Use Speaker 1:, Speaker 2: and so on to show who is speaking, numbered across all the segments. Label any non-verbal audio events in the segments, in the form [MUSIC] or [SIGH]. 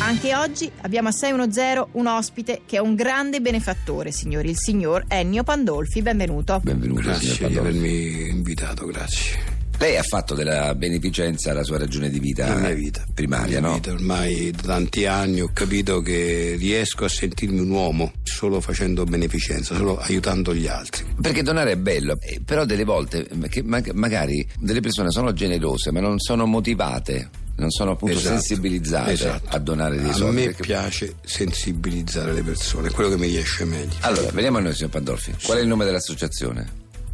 Speaker 1: Anche oggi abbiamo a 610 un ospite che è un grande benefattore, signori, il signor Ennio Pandolfi. Benvenuto.
Speaker 2: Benvenuto,
Speaker 3: Grazie
Speaker 2: signor
Speaker 3: di
Speaker 2: Pandolfi.
Speaker 3: avermi invitato, grazie.
Speaker 2: Lei ha fatto della beneficenza la sua ragione di vita,
Speaker 3: La mia vita.
Speaker 2: Eh, primaria,
Speaker 3: La mia
Speaker 2: no?
Speaker 3: vita, Ormai da tanti anni ho capito che riesco a sentirmi un uomo solo facendo beneficenza, solo aiutando gli altri.
Speaker 2: Perché donare è bello, eh, però delle volte eh, che ma- magari delle persone sono generose ma non sono motivate, non sono appunto
Speaker 3: Esatto,
Speaker 2: sensibilizzate
Speaker 3: esatto.
Speaker 2: a donare dei
Speaker 3: a
Speaker 2: soldi.
Speaker 3: me
Speaker 2: perché-
Speaker 3: piace sensibilizzare le persone, è quello che mi riesce meglio.
Speaker 2: Allora, veniamo a noi, signor Pandolfi. Qual è il nome dell'associazione?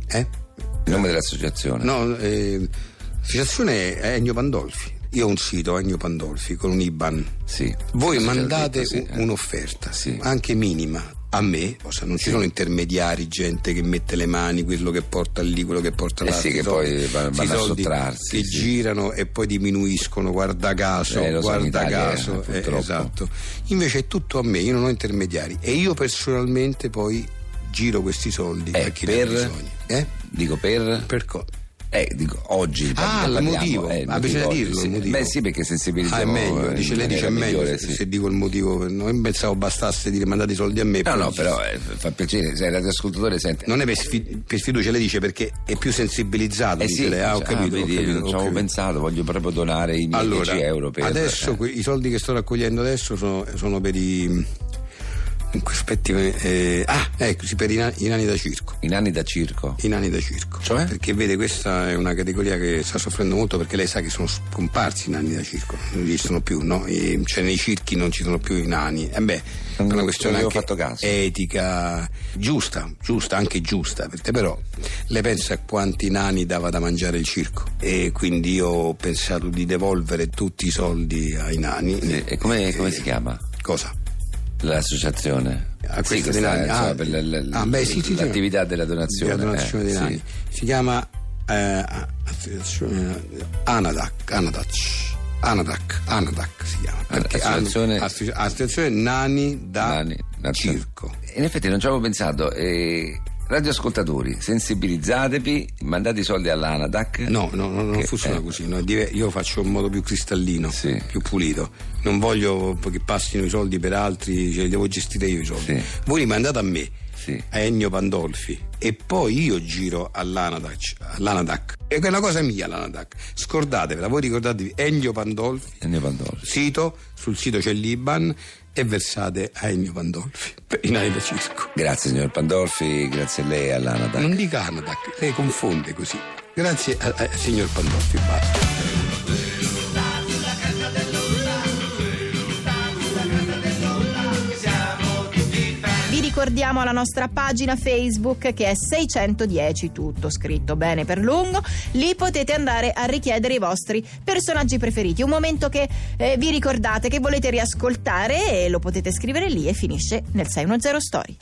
Speaker 3: Eh?
Speaker 2: Il nome dell'associazione?
Speaker 3: No, eh, l'associazione è Ennio Pandolfi. Io ho un sito, Ennio Pandolfi, con un IBAN.
Speaker 2: Sì.
Speaker 3: Voi
Speaker 2: Sì,
Speaker 3: mandate
Speaker 2: sì,
Speaker 3: un-
Speaker 2: eh.
Speaker 3: un'offerta,
Speaker 2: Sì.
Speaker 3: anche minima, a me, cosa, non ci sono intermediari, gente che mette le mani, quello che porta lì, quello che porta
Speaker 2: Eh
Speaker 3: là.
Speaker 2: sì,
Speaker 3: sti
Speaker 2: che
Speaker 3: soldi-
Speaker 2: poi va-
Speaker 3: sti
Speaker 2: vanno a
Speaker 3: soldi
Speaker 2: sottrarsi,
Speaker 3: Che
Speaker 2: sì.
Speaker 3: girano e poi diminuiscono, guarda caso,
Speaker 2: Eh, lo so, in
Speaker 3: guarda
Speaker 2: Italia,
Speaker 3: caso. eh,
Speaker 2: purtroppo.
Speaker 3: esatto. Invece è tutto a me, io non ho intermediari e io personalmente poi giro questi soldi
Speaker 2: Eh,
Speaker 3: a chi
Speaker 2: per-
Speaker 3: ne ha bisogno. Eh?
Speaker 2: Dico per...
Speaker 3: Per cosa?
Speaker 2: Eh, dico, oggi
Speaker 3: Ah,
Speaker 2: ne
Speaker 3: il
Speaker 2: parliamo,
Speaker 3: motivo.
Speaker 2: eh, il
Speaker 3: Ah,
Speaker 2: motivo
Speaker 3: bisogna
Speaker 2: oggi,
Speaker 3: dirlo,
Speaker 2: sì.
Speaker 3: il motivo.
Speaker 2: Beh sì, perché
Speaker 3: Ah, è
Speaker 2: sensibilizziamo
Speaker 3: meglio,
Speaker 2: eh,
Speaker 3: dice,
Speaker 2: in
Speaker 3: lei dice è
Speaker 2: maniera
Speaker 3: meglio
Speaker 2: migliore,
Speaker 3: se,
Speaker 2: sì.
Speaker 3: se dico il motivo, per- non pensavo bastasse dire mandate i soldi a me.
Speaker 2: No,
Speaker 3: poi
Speaker 2: no,
Speaker 3: dice-
Speaker 2: però eh, fa piacere, se il radioascoltatore sente.
Speaker 3: Non è per, sfi- per sfiducia, lei dice perché è più sensibilizzato.
Speaker 2: eh
Speaker 3: dice
Speaker 2: sì,
Speaker 3: lei. ah, ho
Speaker 2: dice,
Speaker 3: capito. ho
Speaker 2: vedi,
Speaker 3: capito,
Speaker 2: non ci
Speaker 3: ho
Speaker 2: avevo
Speaker 3: capito.
Speaker 2: pensato, voglio proprio donare i miei
Speaker 3: Allora,
Speaker 2: 10 euro per. eh,
Speaker 3: adesso que- i soldi che sto raccogliendo adesso sono, sono per i. Aspetti, eh, ah, ecco, sì, per i, na- i nani da circo.
Speaker 2: in anni da circo.
Speaker 3: I nani da circo.
Speaker 2: Cioè?
Speaker 3: Perché vede, questa è una categoria che sta soffrendo molto perché lei sa che sono scomparsi i nani da circo, non esistono più, no? E- cioè nei circhi non ci sono più i nani. E beh, è
Speaker 2: Non
Speaker 3: una
Speaker 2: ci
Speaker 3: questione
Speaker 2: avevo
Speaker 3: anche
Speaker 2: fatto caso.
Speaker 3: etica, giusta, giusta, anche giusta, perché però lei pensa a quanti nani dava da mangiare il circo. E quindi io ho pensato di devolvere tutti i soldi ai nani. Eh,
Speaker 2: Sì, E come, come si chiama
Speaker 3: Cosa?
Speaker 2: l'associazione?
Speaker 3: a
Speaker 2: sì,
Speaker 3: questa
Speaker 2: questa,
Speaker 3: dei nani.
Speaker 2: insomma,
Speaker 3: Ah,
Speaker 2: per la- la- la-
Speaker 3: ah, beh, sì, sì, sì.
Speaker 2: l'attività della donazione.
Speaker 3: Della donazione
Speaker 2: eh,
Speaker 3: dei
Speaker 2: sì.
Speaker 3: nani. Si chiama eh, a- associazione, eh, Anadac, Anadac, Anadac, Anadac si chiama. Perché hanno-
Speaker 2: Associazione-
Speaker 3: associ- associazione Nani da
Speaker 2: Nani, nazionale.
Speaker 3: Circo.
Speaker 2: In effetti non ci avevo pensato. eh, radioascoltatori, sensibilizzatevi, mandate i soldi all'ANADAC.
Speaker 3: No, no, no, non
Speaker 2: Che-
Speaker 3: funziona
Speaker 2: eh.
Speaker 3: così. no, è diver- io faccio in modo più cristallino,
Speaker 2: Sì.
Speaker 3: più pulito. Non voglio che passino i soldi per altri, cioè, li devo gestire io i soldi.
Speaker 2: Sì.
Speaker 3: Voi li mandate a me.
Speaker 2: Sì.
Speaker 3: a Ennio Pandolfi e poi io giro all'Anadac, all'Anadac. E quella cosa è mia l'Anadac. Scordatevela, voi ricordatevi Ennio Pandolfi,
Speaker 2: Ennio Pandolfi.
Speaker 3: sito, sul sito c'è l'Iban e versate a Ennio Pandolfi [LAUGHS] per i nani da circo.
Speaker 2: Grazie signor Pandolfi, grazie a lei e all'ANADAC.
Speaker 3: Non dica Anadac, lei confonde così. Grazie a- a- signor Pandolfi, basta.
Speaker 1: Vi ricordiamo la nostra pagina Facebook che è 610 tutto scritto bene per lungo. Lì potete andare a richiedere i vostri personaggi preferiti. Un momento che eh, vi ricordate che volete riascoltare e lo potete scrivere lì e finisce nel 610 Story.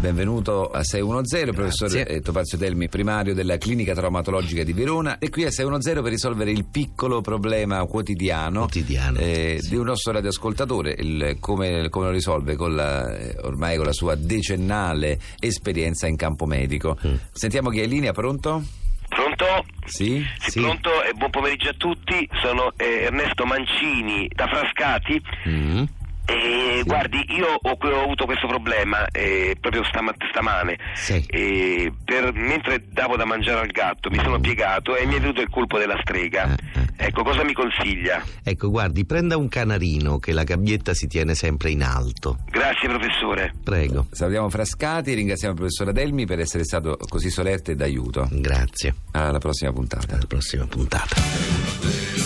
Speaker 2: Benvenuto a 610, professor
Speaker 4: Grazie.
Speaker 2: eh, Topazio Telmi, primario della clinica traumatologica di Verona. E qui a 610 per risolvere il piccolo problema quotidiano,
Speaker 4: Quotidiano,
Speaker 2: eh,
Speaker 4: sì.
Speaker 2: di un nostro radioascoltatore. Il- come, come lo risolve con la, eh, ormai con la sua decennale esperienza in campo medico.
Speaker 4: Mm.
Speaker 2: Sentiamo chi è in linea, pronto?
Speaker 5: Pronto?
Speaker 2: Sì?
Speaker 5: Sì,
Speaker 4: Sì.
Speaker 5: pronto e buon pomeriggio a tutti. Sono eh, Ernesto Mancini da Frascati.
Speaker 4: Mm.
Speaker 5: E, Guardi, io ho, ho avuto questo problema eh, proprio stamat- stamane.
Speaker 4: Sì.
Speaker 5: E per- mentre davo da mangiare al gatto mi sono piegato e mi è venuto il colpo della strega.
Speaker 4: Mm. Eh, eh.
Speaker 5: Ecco, cosa mi consiglia?
Speaker 4: Ecco, guardi, prenda un canarino che la gabbietta si tiene sempre in alto.
Speaker 5: Grazie professore.
Speaker 4: Prego.
Speaker 2: Salutiamo Frascati e ringraziamo il professor Adelmi per essere stato così solerte e d'aiuto.
Speaker 4: Grazie.
Speaker 2: Alla prossima puntata.
Speaker 4: Alla prossima puntata.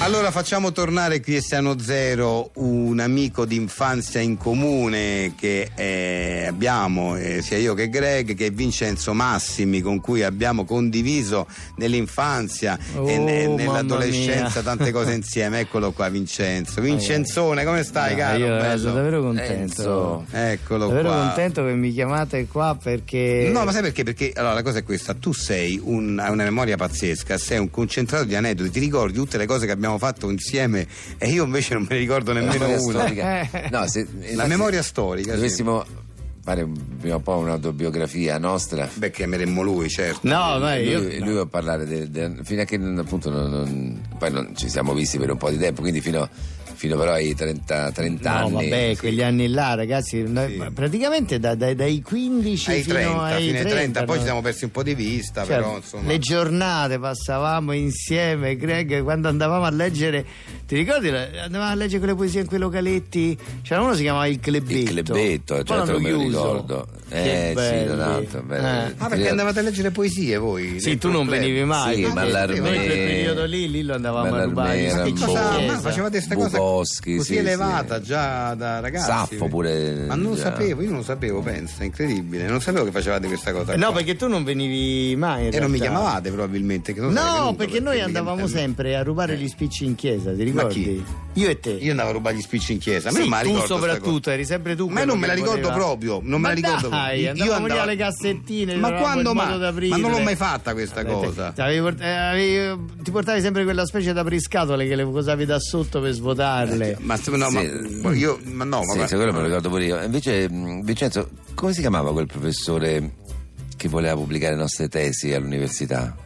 Speaker 3: Allora facciamo tornare Cristiano Zero, un amico d'infanzia in comune che eh, abbiamo eh, sia io che Greg, che è Vincenzo Massimi, con cui abbiamo condiviso nell'infanzia e
Speaker 6: Oh,
Speaker 3: ne-
Speaker 6: mamma
Speaker 3: nell'adolescenza
Speaker 6: mia.
Speaker 3: tante
Speaker 6: [LAUGHS]
Speaker 3: cose insieme. Eccolo qua Vincenzo. Vincenzone, come stai
Speaker 6: No,
Speaker 3: caro?
Speaker 6: Eh, Io
Speaker 3: Bello.
Speaker 6: sono davvero contento.
Speaker 2: Enzo.
Speaker 3: Eccolo
Speaker 6: Davvero
Speaker 3: qua.
Speaker 6: contento che mi chiamate qua perché. [LAUGHS]
Speaker 3: No, ma sai perché? Perché allora la cosa è questa: tu sei un- hai una memoria pazzesca, sei un concentrato di aneddoti, ti ricordi tutte le cose che abbiamo fatto insieme e
Speaker 6: Eh,
Speaker 3: io invece non me ne ricordo
Speaker 2: La
Speaker 3: nemmeno
Speaker 2: memoria
Speaker 3: una.
Speaker 2: storica. No, se- infatti,
Speaker 3: memoria storica, sì.
Speaker 2: Dovessimo fare un- prima o poi un'autobiografia nostra.
Speaker 3: Beh, chiameremmo lui, certo.
Speaker 6: No, no,
Speaker 2: lui,
Speaker 6: io.
Speaker 2: lui va a parlare del, del- fino a che non- appunto non, non- poi non ci siamo visti per un po' di tempo, quindi fino, fino però ai 30, 30
Speaker 6: No,
Speaker 2: anni.
Speaker 6: vabbè, quegli anni là, ragazzi, noi- ma praticamente da- dai- dai 15
Speaker 3: Ai
Speaker 6: fino
Speaker 3: 30,
Speaker 6: ai
Speaker 3: fine 30,
Speaker 6: 30,
Speaker 3: poi
Speaker 6: no?
Speaker 3: ci siamo persi un po' di vista,
Speaker 2: Certo.
Speaker 6: Cioè,
Speaker 3: però insomma.
Speaker 6: Le giornate passavamo insieme, Greg, quando andavamo a leggere, ti ricordi? la- Andavamo a leggere quelle poesie in quei localetti. C'era uno che si chiamava Il Clebetto.
Speaker 2: Il Clebetto,
Speaker 6: Poi
Speaker 2: certo
Speaker 6: l'hanno
Speaker 2: me lo
Speaker 6: chiuso.
Speaker 2: ricordo.
Speaker 6: Che
Speaker 2: Eh, sì,
Speaker 6: belli.
Speaker 2: tra l'altro. bello.
Speaker 6: Eh.
Speaker 3: Ah, perché andavate a leggere poesie voi?
Speaker 6: Sì,
Speaker 3: nel
Speaker 6: tu non
Speaker 3: club?
Speaker 6: venivi mai.
Speaker 2: Sì,
Speaker 6: perché
Speaker 2: Mallarmé.
Speaker 6: Noi in quel periodo lì, lì lo andavamo a rubare.
Speaker 2: Mallarmé,
Speaker 3: Ma che cosa?
Speaker 2: Rambo.
Speaker 3: Ma facevate questa cosa
Speaker 2: Bukowski,
Speaker 3: così
Speaker 2: sì,
Speaker 3: elevata
Speaker 2: sì.
Speaker 3: già da ragazzi.
Speaker 2: Saffo pure,
Speaker 3: Ma non lo
Speaker 2: già.
Speaker 3: sapevo, io non lo sapevo, pensa, incredibile. Non sapevo che facevate questa cosa.
Speaker 6: Eh, No,
Speaker 3: qua.
Speaker 6: perché tu non venivi mai. in
Speaker 3: E non mi
Speaker 6: realtà.
Speaker 3: chiamavate probabilmente. che non sarei
Speaker 6: No,
Speaker 3: venuto,
Speaker 6: perché noi
Speaker 3: mi
Speaker 6: andavamo
Speaker 3: chiamate-
Speaker 6: sempre a rubare gli spicci in chiesa, ti
Speaker 3: Ma
Speaker 6: ricordi? Io e te.
Speaker 3: Io andavo a rubare gli spicci in chiesa. A me
Speaker 6: Sì,
Speaker 3: non me la
Speaker 6: tu
Speaker 3: ricordo sta
Speaker 6: soprattutto,
Speaker 3: cosa.
Speaker 6: eri sempre tu
Speaker 3: Ma io
Speaker 6: quello
Speaker 3: non me la
Speaker 6: che
Speaker 3: ricordo
Speaker 6: voleva.
Speaker 3: proprio. Non me
Speaker 6: Ma
Speaker 3: la ricordo
Speaker 6: dai,
Speaker 3: proprio. Io
Speaker 6: andavamo lì
Speaker 3: andavo-
Speaker 6: alle cassettine,
Speaker 3: Ma
Speaker 6: trovavamo
Speaker 3: quando
Speaker 6: il
Speaker 3: mai?
Speaker 6: modo da
Speaker 3: Ma
Speaker 6: aprire.
Speaker 3: non l'ho mai fatta questa
Speaker 6: Vabbè, te-
Speaker 3: cosa.
Speaker 6: Ti, avevi port- eh, avevi- ti portavi sempre quella specie di apriscatole che le usavi da sotto per svuotarle.
Speaker 3: Cioè, Ma se- no,
Speaker 2: Sì.
Speaker 3: ma io ma no,
Speaker 2: Sì,
Speaker 3: ma
Speaker 2: sì, quello me lo ricordo pure io. Invece, mh, Vincenzo, come si chiamava quel professore che voleva pubblicare le nostre tesi all'università?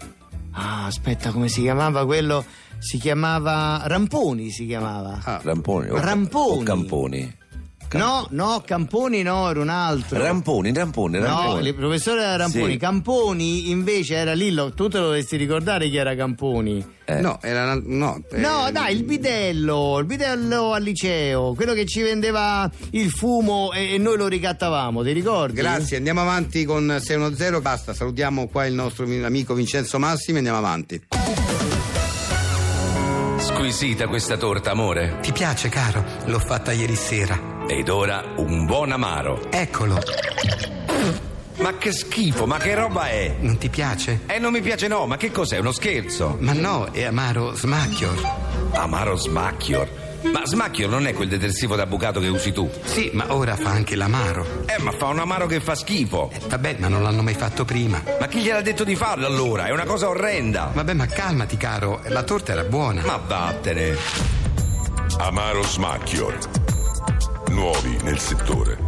Speaker 6: Ah, aspetta, come si chiamava quello? Si chiamava Ramponi, si chiamava.
Speaker 3: Ah.
Speaker 2: Ramponi? O,
Speaker 6: Ramponi.
Speaker 2: o Camponi?
Speaker 6: No, no, Camponi no, era un altro.
Speaker 2: Ramponi, Ramponi,
Speaker 6: No,
Speaker 2: Ramponi.
Speaker 6: il professore era Ramponi.
Speaker 2: Sì.
Speaker 6: Camponi invece era Lillo. Tu te lo dovresti ricordare chi era Camponi.
Speaker 2: Eh.
Speaker 3: no, era una- no, eh,
Speaker 6: No, dai, il bidello, il bidello al liceo, quello che ci vendeva il fumo e, e noi lo ricattavamo, ti ricordi?
Speaker 3: Grazie, andiamo avanti con 610, basta, salutiamo qua il nostro vi- amico Vincenzo Massimi e andiamo avanti.
Speaker 7: Squisita questa torta, amore.
Speaker 8: Ti piace, caro? L'ho fatta ieri sera.
Speaker 7: Ed ora un buon amaro.
Speaker 8: Eccolo.
Speaker 7: Ma che schifo, ma che roba è?
Speaker 8: Non ti piace?
Speaker 7: Eh, non mi piace no, ma che cos'è? Uno scherzo?
Speaker 8: Ma no, è amaro smacchior.
Speaker 7: Amaro Smacchior. Ma Smacchior non è quel detersivo da bucato che usi tu.
Speaker 8: Sì, ma ora fa anche l'amaro.
Speaker 7: Eh, ma fa un amaro che fa schifo.
Speaker 8: Vabbè, ma non l'hanno mai fatto prima.
Speaker 7: Ma chi gliel'ha detto di farlo allora? È una cosa orrenda.
Speaker 8: Vabbè, ma calmati, caro. La torta era buona.
Speaker 7: Ma vattene.
Speaker 9: Amaro Smacchior. Nuovi nel settore.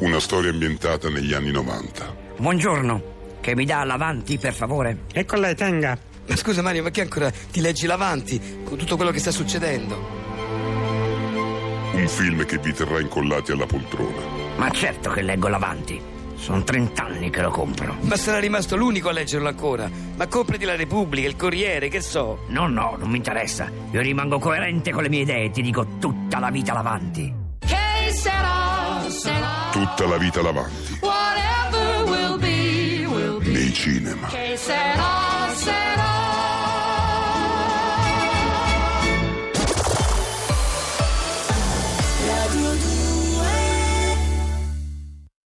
Speaker 9: Una storia ambientata negli anni 90.
Speaker 10: Buongiorno, che mi dà l'avanti per favore?
Speaker 8: Ecco lei, tenga. Ma scusa, Mario, perché ancora ti leggi l'avanti con tutto quello che sta succedendo?
Speaker 9: Un film che vi terrà incollati alla poltrona.
Speaker 10: Ma certo che leggo l'avanti. Sono 30 anni che lo compro.
Speaker 8: Ma sarà rimasto l'unico a leggerlo ancora. Ma comprati la Repubblica, il Corriere, che so.
Speaker 10: No, no, non mi interessa. Io rimango coerente con le mie idee, ti dico tutta la vita l'avanti.
Speaker 9: Tutta la vita davanti. Nei cinema.
Speaker 11: Che sarà, sarà.